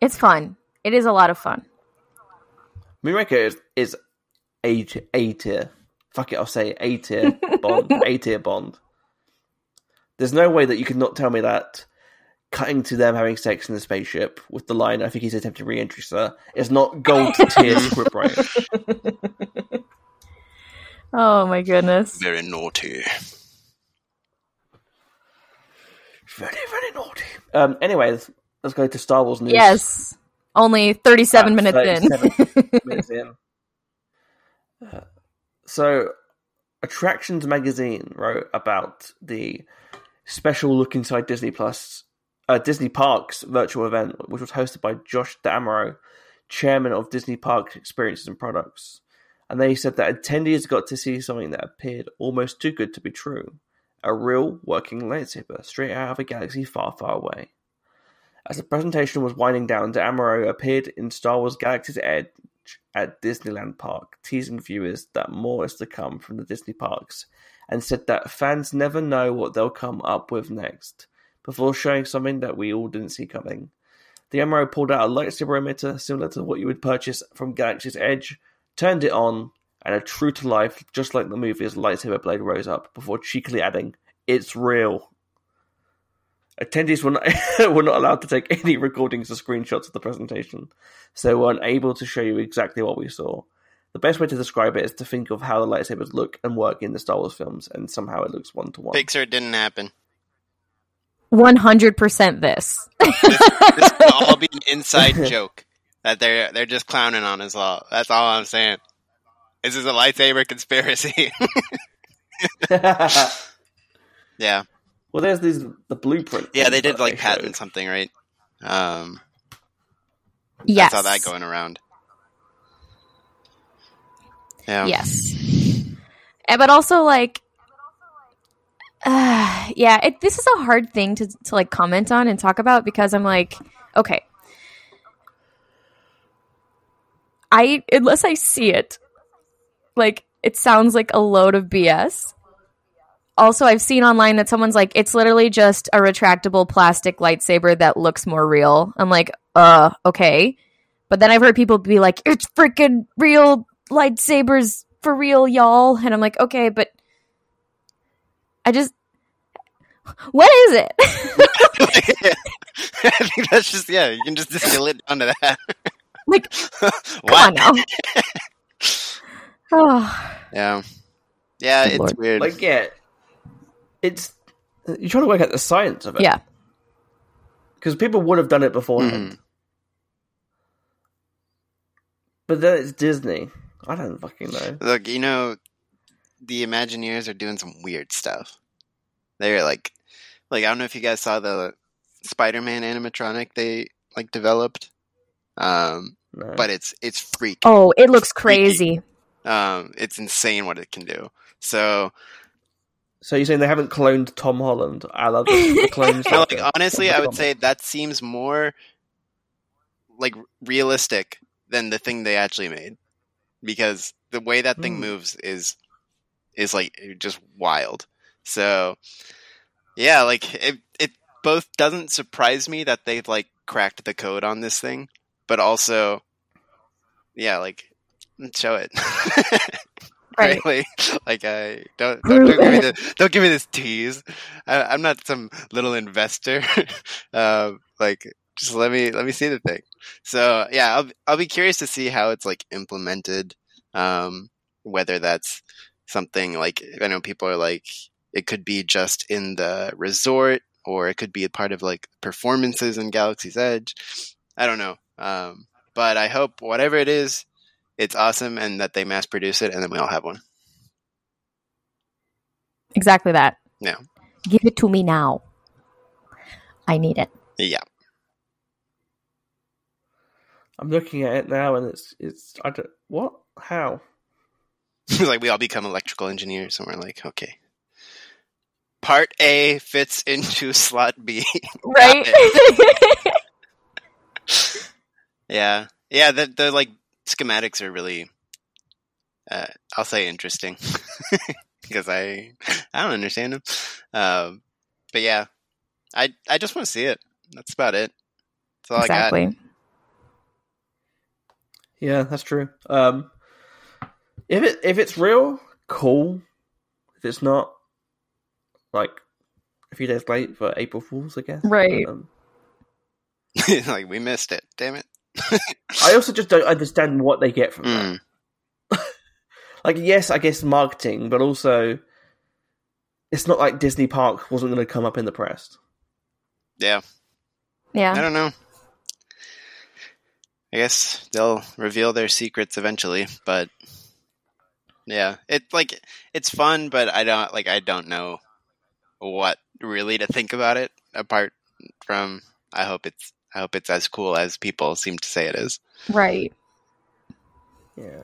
D: It's fun. It is a lot of fun.
B: Moonraker is is a t- a tier. Fuck it, I'll say a tier Bond. A tier Bond. There's no way that you could not tell me that cutting to them having sex in the spaceship with the line "I think he's attempting re-entry, sir" is not gold tier scriptwriting.
D: Oh my goodness.
C: Very naughty.
B: Very very naughty. Um. Anyways, let's go to Star Wars news.
D: Yes. Only 37 minutes in.
B: 37 minutes in. Uh, so, Attractions Magazine wrote about the special look inside Disney Plus, uh, Disney Parks virtual event, which was hosted by Josh Damaro, chairman of Disney Parks Experiences and Products. And they said that attendees got to see something that appeared almost too good to be true. A real working lightsaber straight out of a galaxy far, far away. As the presentation was winding down, D'Amaro appeared in Star Wars Galaxy's Edge at Disneyland Park, teasing viewers that more is to come from the Disney parks, and said that fans never know what they'll come up with next, before showing something that we all didn't see coming. D'Amaro pulled out a lightsaber emitter similar to what you would purchase from Galaxy's Edge, turned it on, and a true to life, just like the movie's lightsaber blade rose up, before cheekily adding, It's real. Attendees were not, were not allowed to take any recordings or screenshots of the presentation, so they were unable to show you exactly what we saw. The best way to describe it is to think of how the lightsabers look and work in the Star Wars films, and somehow it looks one to one.
C: Pixar didn't happen.
D: 100% this.
C: This could all be an inside joke that they're they're just clowning on us all. That's all I'm saying. This is a lightsaber conspiracy.
B: well,
C: yeah,
B: there's these the blueprint.
C: yeah, they
B: things
C: did
B: that
C: like
B: they
C: patent
B: showed.
C: something, right? Um,
D: Yes.
C: I saw that going around. Yeah,
D: Yes. Eh, But also like uh, yeah, it, this is a hard thing to, to like comment on and talk about because I'm like, okay. I unless I see it, like it sounds like a load of BS. also I've seen online that someone's like, it's literally just a retractable plastic lightsaber that looks more real. I'm like, uh, okay. But then I've heard people be like, it's freaking real lightsabers for real, y'all. And I'm like, okay, but I just, what is it?
C: I think that's just yeah. You can just distill it down to that.
D: like,
C: What?
D: come on now. oh,
C: Yeah, yeah.
D: Good
C: it's
D: lord.
C: weird.
B: Like, yeah, it's you're trying to work out the science of it.
D: yeah.
B: because people would have done it beforehand.
C: Mm-hmm.
B: But then it's Disney. I don't fucking know.
C: Look, you know, the Imagineers are doing some weird stuff. They're like, like I don't know if you guys saw the Spider-Man animatronic they like developed, um,
B: No.
C: but it's it's freak.
D: Oh, it looks crazy.
C: Um, it's insane what it can do. So,
B: so you're saying they haven't cloned Tom Holland? I love the, the clones.
C: no, like honestly, I would say that seems more like realistic than the thing they actually made, because the way that thing
B: Hmm.
C: moves is is like just wild. So, yeah, like it it both doesn't surprise me that they've like cracked the code on this thing, but also, yeah, like show it.
D: Right.
C: Really? Like I don't don't,
D: Prove
C: don't give me
D: it.
C: the don't give me this tease. I, I'm not some little investor. uh, like just let me let me see the thing. So yeah, I'll I'll be curious to see how it's like implemented. Um, whether that's something like I know people are like it could be just in the resort or it could be a part of like performances in Galaxy's Edge. I don't know. Um, but I hope whatever it is, it's awesome and that they mass produce it and then we all have one.
D: Exactly that.
C: Yeah.
D: Give it to me now. I need it.
C: Yeah.
B: I'm looking at it now, and it's it's I don't what how
C: like we all become electrical engineers and we're like, okay. Part A fits into slot B.
D: Right?
C: yeah. Yeah, the the like schematics are really uh, I'll say interesting because I I don't understand them. Um, but yeah. I I just want to see it. That's about it. That's all I got.
D: exactly.
B: yeah that's true. Um, if it if it's real, cool. If it's not, like a few days late for April Fools, I guess.
D: Right.
B: Um,
C: like we missed it. Damn it.
B: I also just don't understand what they get from that.
C: Mm.
B: like yes, I guess marketing, but also it's not like Disney Park wasn't going to come up in the press.
C: Yeah. I
D: Yeah.
C: don't know. I guess they'll reveal their secrets eventually, but yeah, it like it's fun, but I don't like I don't know what really to think about it apart from I hope it's I hope it's as cool as people seem to say it is.
D: Right.
B: Yeah,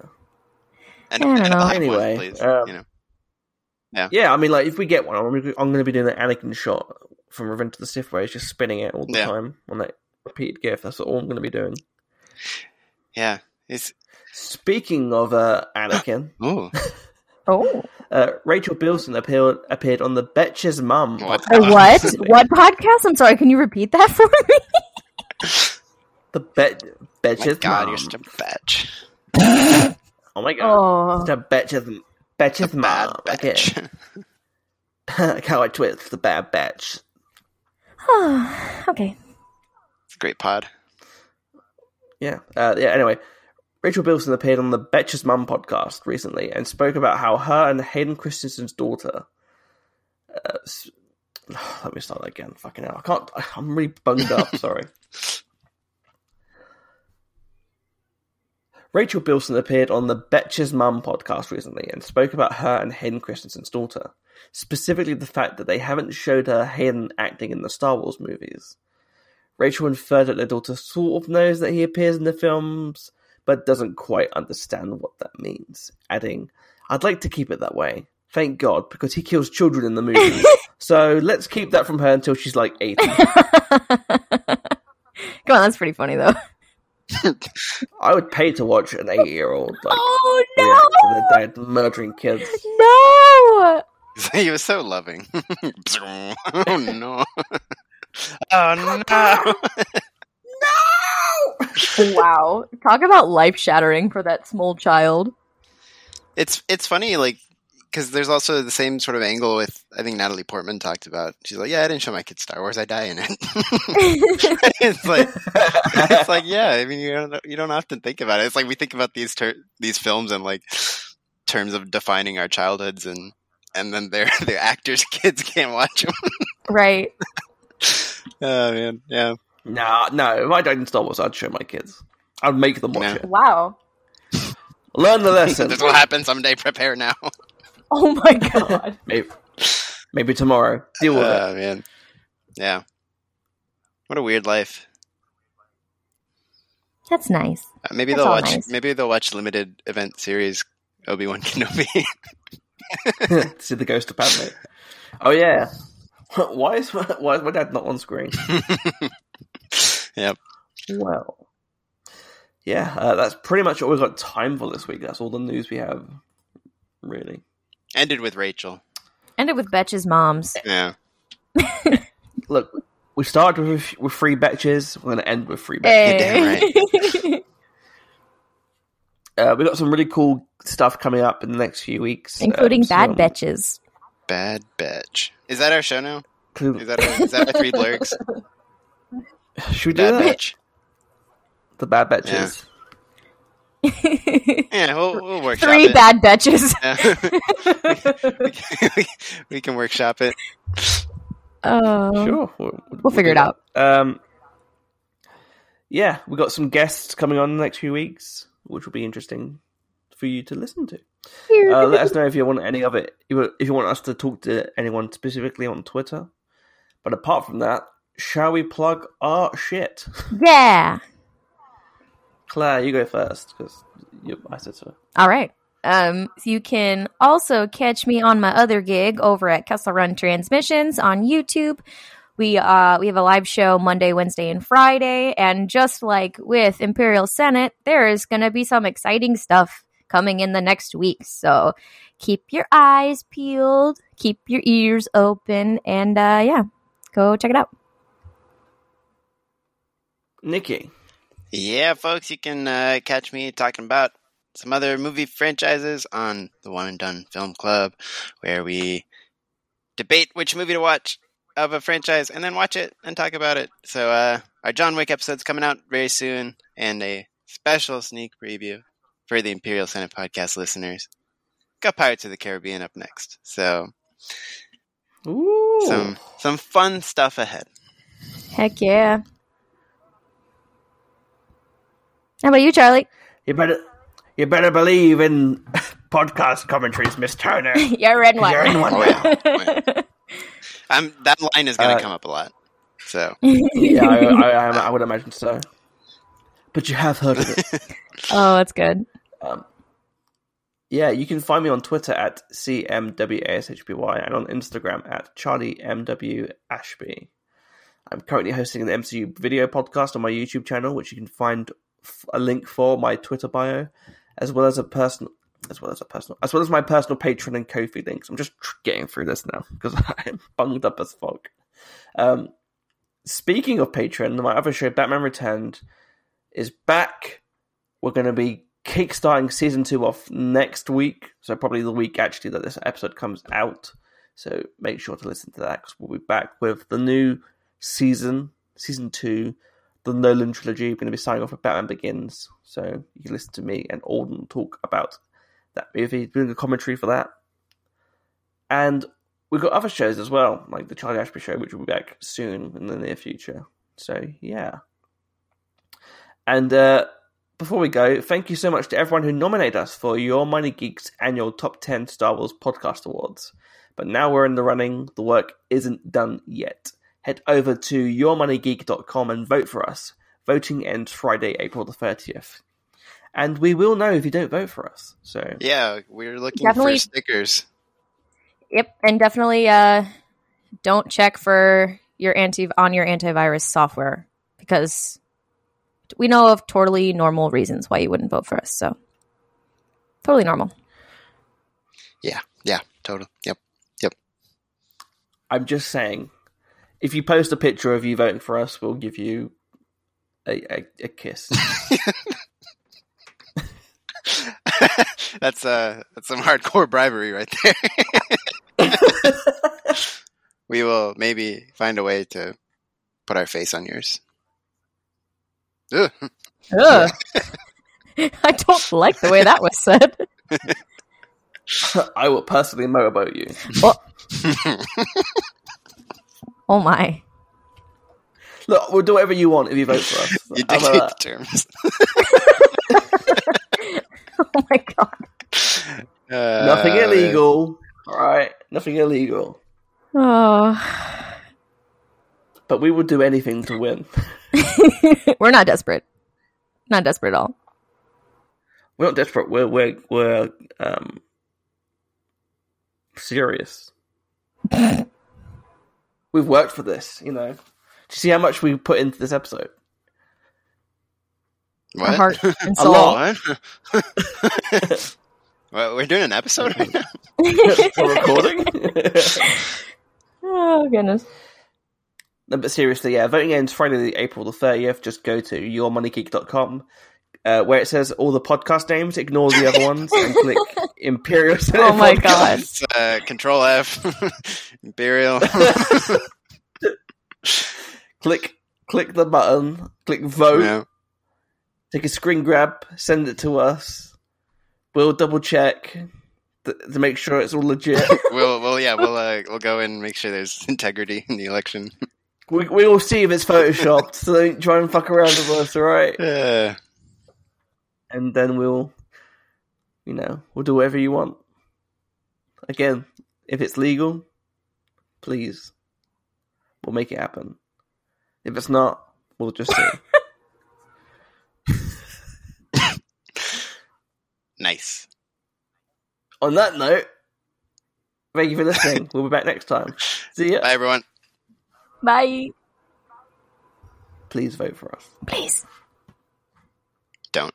C: And,
D: I don't
C: and I'll
D: know.
C: have one,
B: Anyway,
C: please,
B: um,
C: you know.
B: yeah. I mean, like if we get one, I'm going to, I'm going to be doing that Anakin shot from Revenge of the Sith, where he's just spinning it all the
C: Yeah.
B: time on that repeated GIF. That's all I'm going to be doing.
C: Yeah. It's
B: Speaking of uh, Anakin,
C: ooh.
D: Oh.
B: uh, Rachel Bilson appeared appeared on the Betches Mum.
C: What?
B: podcast
D: A what?
B: recently.
D: What podcast? I'm sorry. Can you repeat that for me?
B: The Bet
C: My
B: Betches
C: god,
B: Mum.
C: you're such a bitch.
B: Oh my god,
D: Oh.
B: the Betches Betches
C: Bad
B: Mum. Okay.
C: bitch.
B: How I twist the bad batch.
D: okay.
C: It's a great pod.
B: Yeah. Uh, yeah. Anyway, Rachel Bilson appeared on the Betches Mum podcast recently and spoke about how her and Hayden Christensen's daughter. Uh, s- let me start that again. Fucking hell, I can't. I'm really bunged up. Sorry. Rachel Bilson appeared on the Betches Mum podcast recently and spoke about her and Hayden Christensen's daughter, specifically the fact that they haven't showed her Hayden acting in the Star Wars movies. Rachel inferred that their daughter sort of knows that he appears in the films, but doesn't quite understand what that means, adding, I'd like to keep it that way. Thank God, because he kills children in the movies. so let's keep that from her until she's like 80.
D: Come on. That's pretty funny, though.
B: I would pay to watch an 80 year old like,
D: Oh,
B: react to
D: no.
B: their dad murdering kids.
D: No.
C: he was so loving. oh no! oh no!
D: wow. Talk about life shattering for that small child.
C: It's it's funny, like because there's also the same sort of angle with I think Natalie Portman talked about. She's like, "Yeah, I didn't show my kids Star Wars. I die in it." it's like it's like yeah. I mean, you don't you don't often think about it. It's like we think about these ter- these films in like terms of defining our childhoods, and and then their their actors' kids can't watch them.
D: right.
C: oh man, yeah.
B: Nah, no. If I died in Star Wars, I'd show my kids. I'd make them watch
C: Yeah.
B: it.
D: Wow.
B: Learn the lesson.
C: This will happen someday. Prepare now.
D: Oh my god.
B: maybe, maybe tomorrow. Deal with it.
C: Oh man, yeah. What a weird life.
D: That's nice.
C: Uh, Maybe
D: That's
C: they'll
D: all
C: watch.
D: nice.
C: Maybe they'll watch limited event series Obi Wan Kenobi.
B: See the ghost of Padme. Oh yeah. Why is my, why is my dad not on screen?
C: yep.
B: Well, yeah, uh, that's pretty much all we've got time for this week. That's all the news we have, really.
C: Ended with Rachel.
D: End it with Betch's moms.
C: Yeah.
B: Look, we started with with three betches. We're going to end with three betches.
D: Hey.
C: damn
D: Eh.
B: Uh, we've got some really cool stuff coming up in the next few weeks,
D: Including
B: um,
D: bad
B: some-
D: Betches.
C: Bad bitch. Is that our show now? Is
B: including-
C: that our, is that our three blurgs?
B: Should we do
C: Bad
B: that?
C: bitch.
B: The bad betches.
D: Three
C: Yeah, we'll, we'll workshop it.
D: bad Betches.
C: Yeah. we, we can workshop it.
D: Oh.
B: Sure, we'll,
D: We'll figure it
B: do
D: out.
B: that. Um, yeah, we got some guests coming on in the next few weeks, which will be interesting for you to listen to. uh, let us know if you want any of it. If you want us to talk to anyone specifically on Twitter. But apart from that, shall we plug our shit?
D: Yeah.
B: Claire, you go first because I said so.
D: All right. Um, so you can also catch me on my other gig over at Kessel Run Transmissions on YouTube. We uh, we have a live show Monday, Wednesday, and Friday, and just like with Imperial Senate, there is going to be some exciting stuff coming in the next week. So keep your eyes peeled, keep your ears open, and uh, yeah, go check it out.
B: Nikki,
C: Yeah, folks, you can uh, catch me talking about some other movie franchises on the One and Done Film Club, where we debate which movie to watch of a franchise and then watch it and talk about it. So, uh, our John Wick episode's coming out very soon, and a special sneak preview for the Imperial Senate podcast listeners. Got Pirates of the Caribbean up next, so
B: ooh,
C: some some fun stuff ahead.
D: Heck yeah! How about you, Charlie?
B: you better you better believe in podcast commentaries, Miss Turner.
D: You're in one.
B: You're in one
C: I'm, that line is going to
B: Uh,
C: come up a lot, so
B: yeah, I, I, I, I would imagine so. But you have heard of it.
D: Oh, that's good.
B: Um, yeah, you can find me on Twitter at CMWASHBY and on Instagram at CharlieMWAshby. I'm currently hosting an MCU video podcast on my YouTube channel, which you can find f- a link for my Twitter bio, as well as a personal, as well as a personal, as well as my personal Patreon and Ko-fi links. I'm just tr- getting through this now because I'm bunged up as fuck. Um, speaking of Patreon, my other show, Batman Returned, is back we're going to be kickstarting season two off next week. So probably the week actually that this episode comes out. So make sure to listen to that because we'll be back with the new season, season two, the Nolan trilogy. We're going to be starting off with Batman Begins. So you can listen to me and Alden talk about that movie, doing a commentary for that. And we've got other shows as well, like the Charlie Ashby show, which will be back soon in the near future. So yeah. And uh, before we go, thank you so much to everyone who nominated us for Your Money Geek's annual Top 10 Star Wars Podcast Awards. But now we're in the running, the work isn't done yet. Head over to yourmoneygeek.com and vote for us. Voting ends Friday, April the 30th. And we will know if you don't vote for us. So,
C: yeah, we're looking
D: Definitely-
C: for stickers.
D: Yep, and definitely uh, don't check for your anti on your antivirus software because we know of totally normal reasons why you wouldn't vote for us. So totally normal.
C: Yeah, yeah, total. Yep, yep.
B: I'm just saying, if you post a picture of you voting for us, we'll give you a, a, a kiss.
C: that's uh that's some hardcore bribery right there. we will maybe find a way to put our face on yours. Ugh.
D: Ugh. I don't like the way that was said.
B: I will personally motorboat you.
D: Oh my.
B: Look, we'll do whatever you want if you vote for us.
C: You
B: I'm,
C: dictate
B: uh,
C: the terms.
D: Oh my god.
B: nothing
C: Uh,
B: illegal. All right, nothing illegal.
D: Oh.
B: But we will do anything to win.
D: We're not desperate. Not desperate at all.
B: We're not desperate. We're we're we're um serious. We've worked for this, you know. Do you see how much we put into this episode?
D: Our
C: What?
D: heart and
B: A
D: soul.
B: lot.
C: What? What, We're doing an episode right now.
B: For recording.
D: Oh goodness.
B: no, but seriously, yeah, voting ends Friday, the April the thirtieth. Just go to yourmoneygeek.com. Uh, where it says all the podcast names, ignore the other ones and click Imperial. Senate
D: Oh my
B: Podcast.
D: god.
C: It's, uh, control F, Imperial.
B: Click, click the button, click vote,
C: Yeah.
B: take a screen grab, send it to us. We'll double check th- to make sure it's all legit.
C: We'll, we'll, yeah, we'll, uh, we'll go and make sure there's integrity in the election.
B: we we all see if it's photoshopped, so don't try and fuck around with us, all right?
C: Uh,
B: And then we'll, you know, we'll do whatever you want. Again, if it's legal, please, we'll make it happen. If it's not, we'll just see.
C: nice.
B: On that note, thank you for listening. we'll be back next time. See ya.
C: Bye, everyone.
D: Bye.
B: Please vote for us.
D: Please.
C: Don't.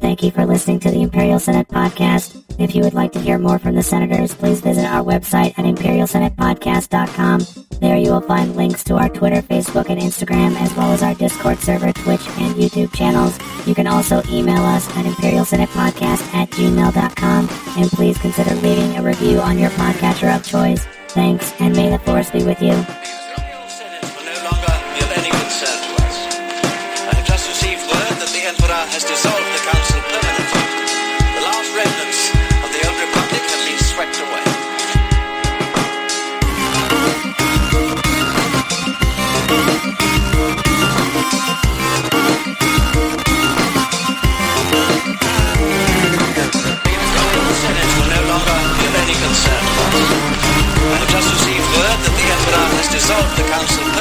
E: Thank you for listening to the Imperial Senate Podcast. If you would like to hear more from the senators, please visit our website at imperialsenatepodcast.com. There you will find links to our Twitter, Facebook, and Instagram, as well as our Discord server, Twitch, and YouTube channels. You can also email us at imperialsenatepodcast at gmail.com, and please consider leaving a review on your podcatcher of choice. Thanks, and may the force be with you.
A: Imperial Senate will no longer be of any concern to us. I have just received word that the Emperor has dissolved the Council permanently. The last remnants of the old Republic have been swept away. The Imperial Senate will no longer be of any concern to us. I have just received word that the Emperor has dissolved the Council